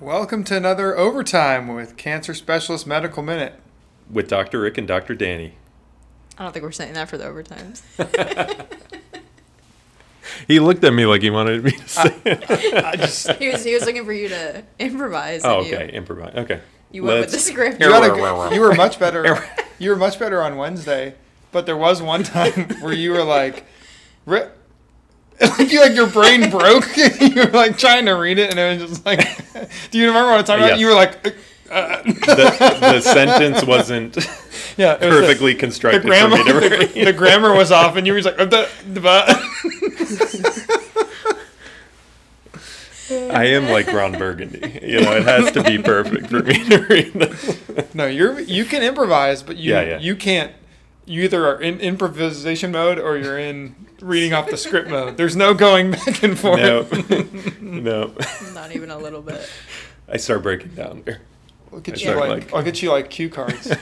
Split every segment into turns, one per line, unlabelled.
Welcome to another overtime with Cancer Specialist Medical Minute.
with Dr. Rick and Dr. Danny.
I don't think we're saying that for the overtimes.
He looked at me like he wanted me to say.
I just
he was he was looking for you to improvise.
oh,
and you-
okay. Improvise. Okay.
You, went with
Let's-
the script.
you,
Error,
had a-
error, error.
you were much better. you were much better on Wednesday, but there was one time where you were like, "Ri- like, you, like your brain broke. you were like trying to read it, and it was just like, do you remember what I'm talking about?
Yes.
You were like, uh,
The, the sentence wasn't
yeah, it was the-
perfectly
The
constructed
grammar,
for me to
the,
read.
the grammar was off, and you were just like, uh, duh, duh,
I am like Ron Burgundy. You know, it has to be perfect for me to read this.
No, you're you can improvise, but you
Yeah, yeah.
you can't. You either are in improvisation mode or you're in reading off the script mode. There's no going back and forth.
No. no.
Not even a little bit.
I start breaking down here.
I'll get
It's
you
not
like,
like-
I'll get you like cue cards.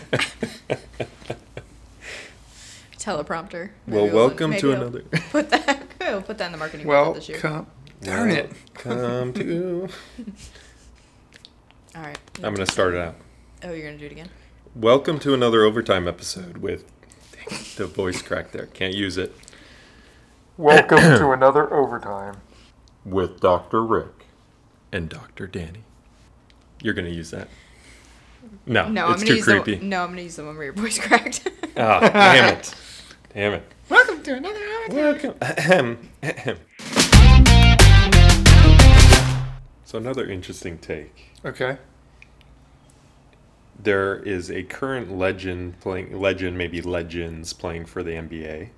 Teleprompter.
Well,
Maybe
welcome
maybe
to
I'll
another-
Put that. We'll put that in the marketing
well,
budget this year.
come, darn it.
Come to.
All right.
I'm going to start it out.
Oh, you're gonna do it again.
Welcome to another overtime episode with dang it, the voice crack there. Can't use it.
Welcome to another overtime.
with Dr. Rick and Dr. Danny. You're going to use that. No,
No,
Ah, it's
I'm gonna
too
use
creepy.
the. No, I'm gonna use the one where your voice cracked.
Ah, damn it. Damn it.
Welcome to another overtime.
Welcome. Ahem. Ahem. so, another interesting take.
Okay.
There is a current legend playing, legend, maybe legends playing for the NBA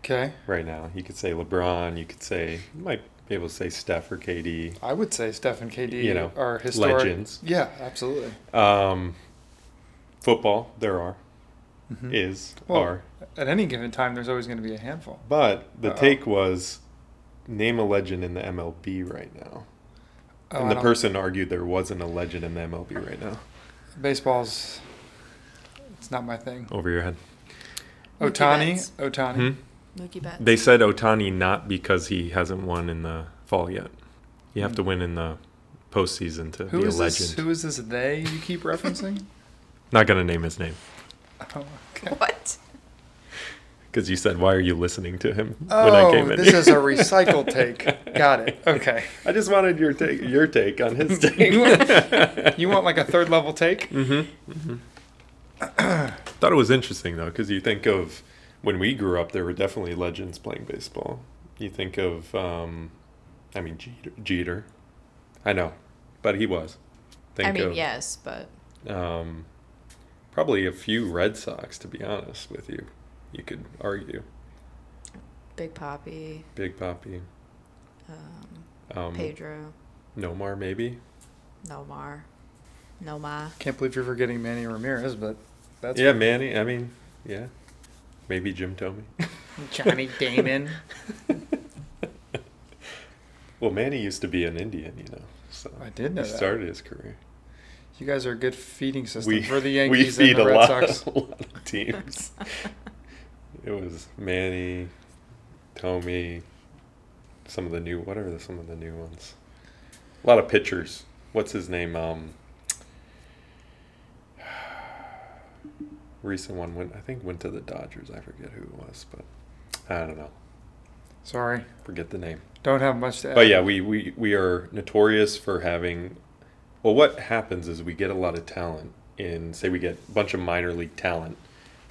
Okay.
right now. You could say LeBron, you could say, you might be able to say Steph or KD.
I would say Steph and KD
You know,
are historic.
legends.
Yeah, absolutely.
Um, football, there are,
Mhm.
is,
Well,
are.
At any given time, there's always going to be a handful.
But the
Uh-oh.
take was name a legend in the MLB right now.
Oh,
and
I
the
don't-
person argued there wasn't a legend in the MLB right now.
baseball's. It's not my thing.
Over your head.
Mookie
Otani,
Betts.
Otani.
Hmm?
Mookie Betts.
They said Otani not because he hasn't won in the fall yet. You have to win in the postseason to
Hmm. Who
be a
is this?
legend.
Who is this? They you keep referencing?
Not going to name his name
oh, okay.
What?
because you said, Why are you listening to him
Oh, this is a recycled take. Got it. Okay.
I just wanted your take, your take on his take.
You want, you want like a third level take?
Mm-hmm, Thought it was interesting though, because you think of when we grew up, there were definitely legends playing baseball. You think of, um, I mean, Jeter, Jeter. I know, but he was. Think
I mean,
of,
yes, but
Um, probably a few Red Sox, to be honest with you. You could argue
Big Poppy,
Big Poppy,
um,
um,
Pedro,
Nomar, maybe.
Nomar, Noma.
Can't believe you're forgetting Manny Ramirez, but that's
yeah, Manny. I mean, yeah, maybe Jim Tomey.
Johnny Damon.
Well, Manny used to be an Indian, you know. So
I did know
he
that.
started his career.
You guys are a good feeding system
we,
for the
we
Yankees
feed
and the
a,
Red
lot,
Sox.
a lot of teams. it was Manny, Tommy, some of the new what are the, some of the new ones? A lot of pitchers. What's his name? Um, recent one went. I think went to the Dodgers. I forget who it was, but I don't know.
Sorry,
Forget the name.
don't have much to add.
But yeah, we, we, we are notorious for having. Well, what happens is we get a lot of talent in, say, we get a bunch of minor league talent.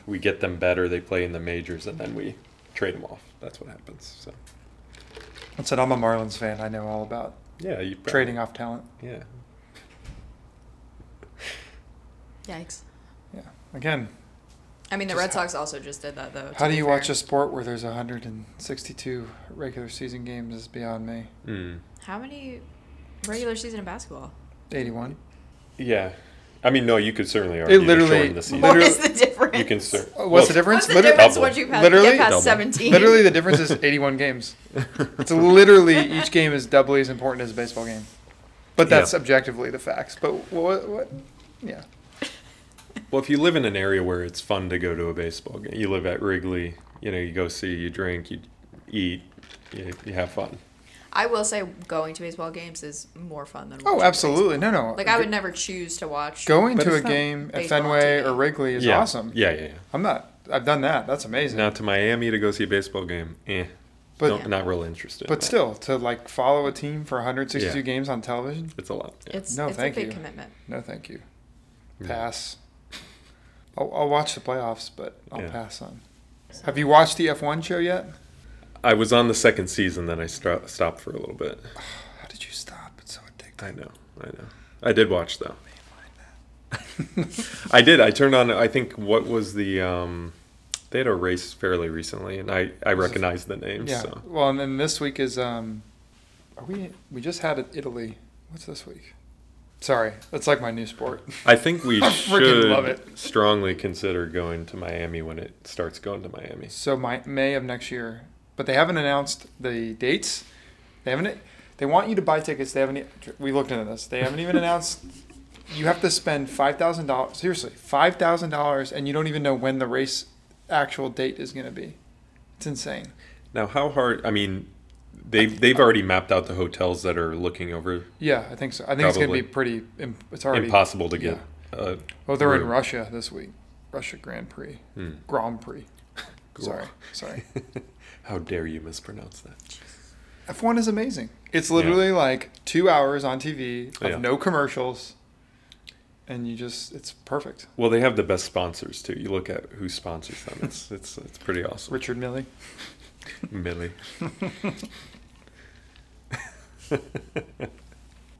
We get them better, they play in the majors, and then we trade them off. That's what happens. So,
I said I'm a Marlins fan. I know all about
yeah, you probably-
trading off talent.
Yeah.
Yikes.
Yeah. Again,
I mean, the
Just
Red
how-
Sox also just did that though. to
How do
be
you
fair.
watch a sport where there's 162 regular season games is beyond me.
Mm.
How many regular season in basketball?
81.
Yeah. I mean, no, you could certainly argue to
literally-
shorten the season.
Literally-
what is the difference?
You can cer-
Uh,
well,
What's the difference?
What's the
Liter-
difference
Double.
once you pass,
Literally-
get past
Double.
17?
Literally, the difference is 81 games. It's literally each game is doubly as important as a baseball game. But that's
Yeah.
objectively the facts. But what? what yeah.
Well, if you live in an area where it's fun to go to a baseball game, you live at Wrigley, you know, you go see, you drink, you eat, you, you have fun.
I will say going to baseball games is more fun than
Oh,
watching
absolutely. No, no.
baseball. Like I would never choose to watch.
Going
But
to a
it's not
game at
baseball on
Fenway
TV.
or Wrigley is
yeah.
awesome.
Yeah, yeah, yeah.
I'm not. I've done that. That's amazing.
Now to Miami to go see a baseball game. Eh.
But-
Don't- not real interested. in
But
that.
still, to like follow a team for 162
Yeah.
games on television?
it's a lot. Yeah.
It's
No,
it's
thank
a big
you.
commitment.
No, thank you.
Yeah.
Pass. I'll, I'll watch the playoffs, but I'll
Yeah.
pass on. Have you watched the F1 show yet?
I was on the second season, then I stra- stopped for a little bit.
How did you stop? It's so addictive.
I know, I know. I did watch though. I did. I turned on. I think what was the um, they had a race fairly recently, and I I recognized the name.
Yeah.
So
Well, and then this week is um, are we? We just had it Italy. What's this week? Sorry, that's like my new sport.
I think we
I freaking
should
love it.
strongly consider going to Miami when it starts going to Miami.
So my May of next year, but they haven't announced the dates. They haven't. They want you to buy tickets. They haven't. e, We looked into this. They haven't even announced. You have to spend five thousand dollars. Seriously, five thousand dollars, and you don't even know when the race actual date is going to be. It's insane.
Now, how hard? I mean, they've they've already mapped out the hotels that are looking over.
Yeah, I think so. I think it's going to
Probably.
be pretty. imp- It's already
impossible to get. Uh,
Oh, they're in
room.
Russia this week. Russia Grand Prix.
Hmm.
Grand Prix.
Cool.
Sorry. Sorry.
How dare you mispronounce that?
F1 is amazing. It's
Yeah.
literally like two hours on TV of
Yeah.
no commercials. And you just, it's perfect.
Well, they have the best sponsors too. You look at who sponsors them. It's it's it's pretty awesome.
Richard Milley.
Millie.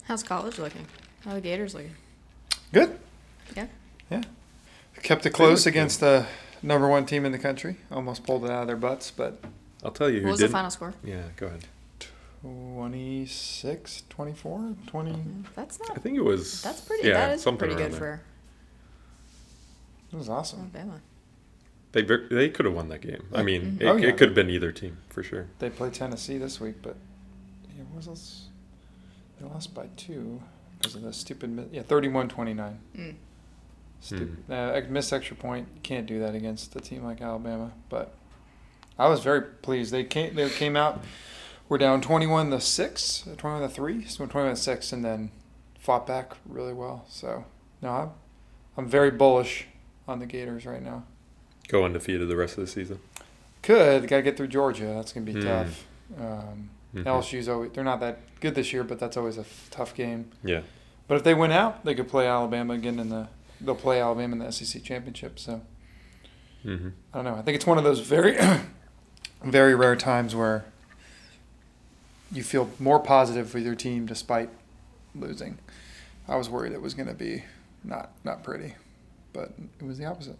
How's college looking? How are the Gators looking?
Good.
Yeah.
Yeah. Kept it close
look good.
against the number one team in the country. Almost pulled it out of their butts, but
I'll tell you who
What was
did.
the final score?
Yeah, go ahead.
26, 24, 20.
That's
I
not.
think it was.
That's pretty.
Yeah,
that is
something
pretty
around
good
there.
for
It was awesome.
Alabama.
They ver- they could have won that game. I mean, it,
Oh, yeah.
it could have been either team for sure.
They play Tennessee this week, but yeah, what was else? They lost by two because of the stupid, mi- yeah, 31 29.
Mm.
Stupid. Uh, ex- missed extra point. Can't do that against a team like Alabama. But I was very pleased. They came. They came out. We're down twenty-one to six, uh, twenty-one to three, so twenty-one to six, and then fought back really well. So no, I'm I'm very bullish on the Gators right now.
Go undefeated the rest of the season.
Could got to get through Georgia. That's gonna be
Mm.
tough. Um,
Mhm.
LSU's always they're not that good this year, but that's always a f- tough game.
Yeah.
But if they win out, they could play Alabama again in the they'll play Alabama in the SEC championship. So
Mm-hmm.
I don't know. I think it's one of those very, very rare times where you feel more positive with your team despite losing. I was worried it was going to be not not pretty, but it was the opposite.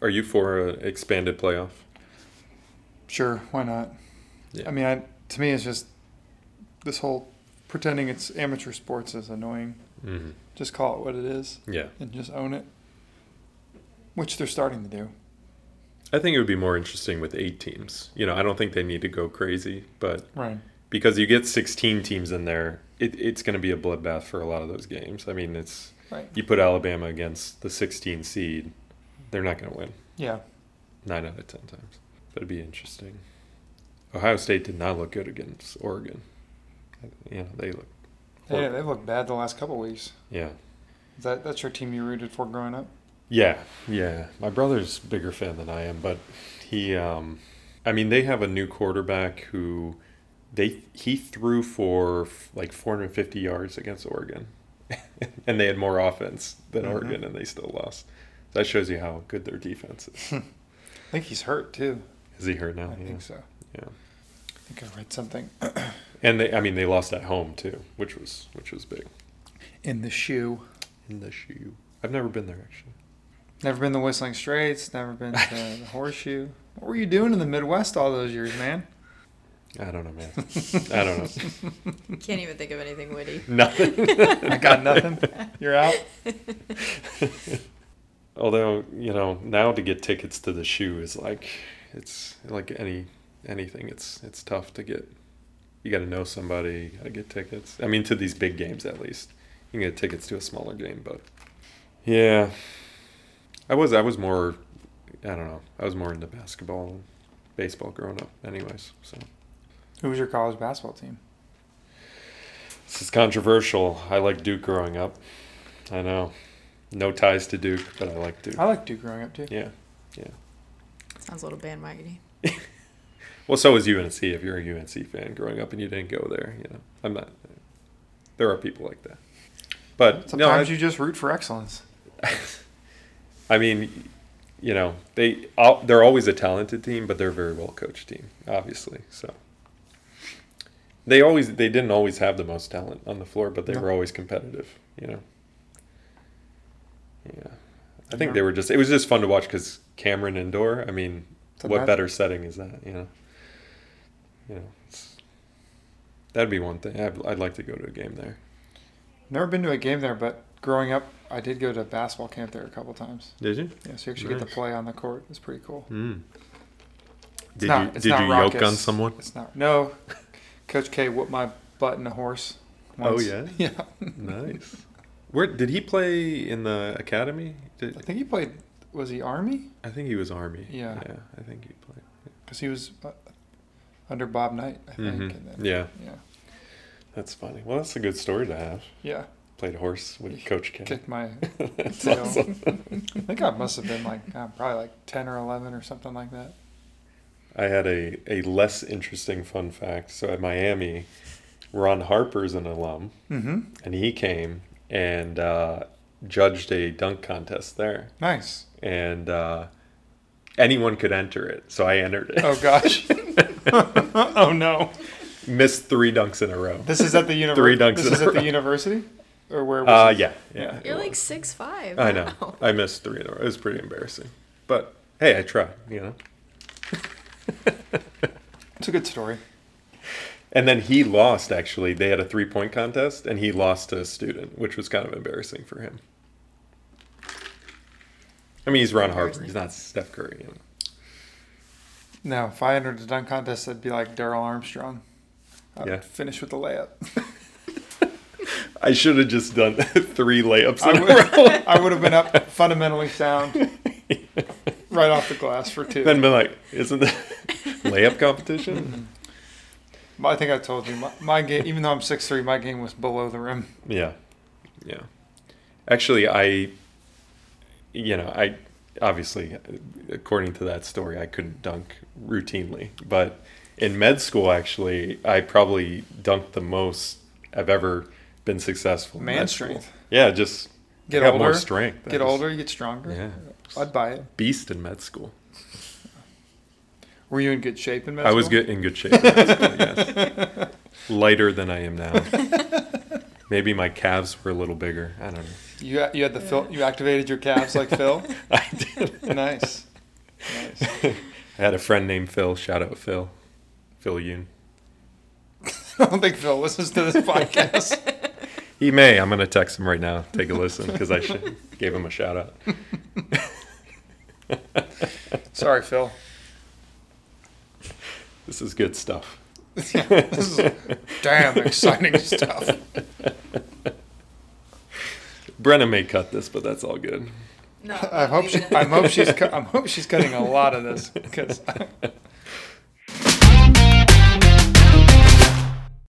Are you for an expanded playoff?
Sure, why not?
Yeah.
I mean, I, to me, it's just this whole pretending it's amateur sports is annoying.
Mm-hmm.
Just call it what it is
Yeah.
and just own it, which they're starting to do.
I think it would be more interesting with eight teams. You know, I don't think they need to go crazy, but
Right.
because you get 16 teams in there, it, it's going to be a bloodbath for a lot of those games. I mean, it's
Right.
you put Alabama against the 16 seed, they're not going to win
Yeah.
nine out of 10 times. But it'd be interesting. Ohio State did not look good against Oregon. You know, they look.
Yeah, they've looked bad the last couple weeks.
Yeah.
Is that that's your team you rooted for growing up?
Yeah, yeah. My brother's a bigger fan than I am, but he um I mean they have a new quarterback who they he threw for f- like 450 yards against Oregon. and they had more offense than
Mhm.
Oregon and they still lost. That shows you how good their defense is.
I think he's hurt too.
Is he hurt now?
I
yeah.
think so.
Yeah.
I think I read something
And they I mean they lost at home too, which was which was big.
in the shoe.
In the shoe. I've never been there actually.
Never been to Whistling Straits. Never been to the Horseshoe. What were you doing in the Midwest all those years, man?
I don't know, man. I don't know.
Can't even think of anything witty.
Nothing.
I got nothing. You're out.
Although you know now to get tickets to the shoe is like it's like any anything it's it's tough to get. You got to know somebody. You got to get tickets. I mean to these big games at least. You can get tickets to a smaller game, but yeah, I was I was more I don't know I was more into basketball and baseball growing up. Anyways, so
Who was your college basketball team?
This is controversial. I like Duke growing up. I know. No ties to Duke, but I like Duke.
I liked Duke growing up too.
Yeah.
Sounds a little bandwagony.
Well, so is UNC. If you're a UNC fan growing up and you didn't go there, you know, I'm not. There are people like that, but no, I,
Sometimes you just root for excellence.
I mean, you know, they al- they're always a talented team, but they're a very well coached team, obviously. So they always they didn't always have the most talent on the floor, but they
No.
were always competitive. You know. Yeah, I think
Yeah.
they were just. It was just fun to watch because Cameron indoor. I mean,
It's a
what
bad-
better setting is that? You know. You know, it's, that'd be one thing. I'd, I'd like to go to a game there.
Never been to a game there, but growing up, I did go to basketball camp there a couple times.
Did you?
Yeah, so you actually get
Nice.
to play on the court. It's pretty cool.
Mm.
It's
Did
not-
you
it's
did
not
you yoke on
raucous.
someone?
It's not. No, Coach K whooped my butt in a horse.
Oh,
Once.
yeah?
yeah.
Nice. Where did he play in the academy? Did,
I think he played. Was he Army?
I think he was army.
Yeah.
yeah, I think he played.
Because he was uh, under Bob Knight, I think.
Mhm.
And then,
Yeah,
yeah.
that's funny. Well, that's a good story to have.
Yeah.
Played horse with Coach K.
Kicked my.
that's
tail.
awesome.
I think I must have been like uh, probably like ten or eleven or something like that.
I had a a less interesting fun fact. So at Miami, Ron Harper's an alum,
Mm-hmm.
and he came and uh, judged a dunk contest there,
Nice.
and uh, anyone could enter it. So I entered it.
Oh gosh. oh no.
Missed three dunks in a row.
This is at the
Three
university.
dunks
This
in
is
a
at the
row.
university, or where? Was
Uh,
it?
yeah, yeah.
You're
it
like
was.
six five.
I know. I missed three in a row. It was pretty embarrassing. But hey, I tried, you know.
It's a good story.
And then he lost, actually. They had a three point contest, and he lost to a student, which was kind of embarrassing for him. I mean, he's Ron Harper. He's not Steph Curry. You know.
No, if I entered the dunk contest, I'd be like Daryl Armstrong. I'd
Yeah.
finish with the layup.
I should have just done three layups
I
in
would,
a row.
I would have been up fundamentally sound right off the glass for two.
Then been like, isn't that layup competition?
I think I told you my, my game. Even though I'm six three, my game was below the rim.
Yeah. Yeah. Actually, I, you know, I obviously, according to that story, I couldn't dunk routinely. But in med school, actually, I probably dunked the most I've ever been successful. in
Man
med school.
strength.
Yeah, just
Get
I got
older,
more strength. I
Get
was
older, you get stronger.
Yeah.
I'd buy it.
Beast in med school.
Were you in good shape in med
I was
school?
good in good shape. in med school, Oh. yes. Lighter than I am now. Maybe my calves were a little bigger. I don't know.
You you had the Phil, you activated your calves like Phil.
I did.
Nice, nice.
I had a friend named Phil. Shout out Phil. Phil Yoon.
I don't think Phil listens to this podcast.
He may. I'm going to text him right now. Take a listen because I should, gave him a shout out.
Sorry, Phil.
This is good stuff.
this is damn exciting stuff.
Brenna may cut this, but that's all good.
No,
I hope she, I hope she's cu- I hope she's cutting a lot of this because I,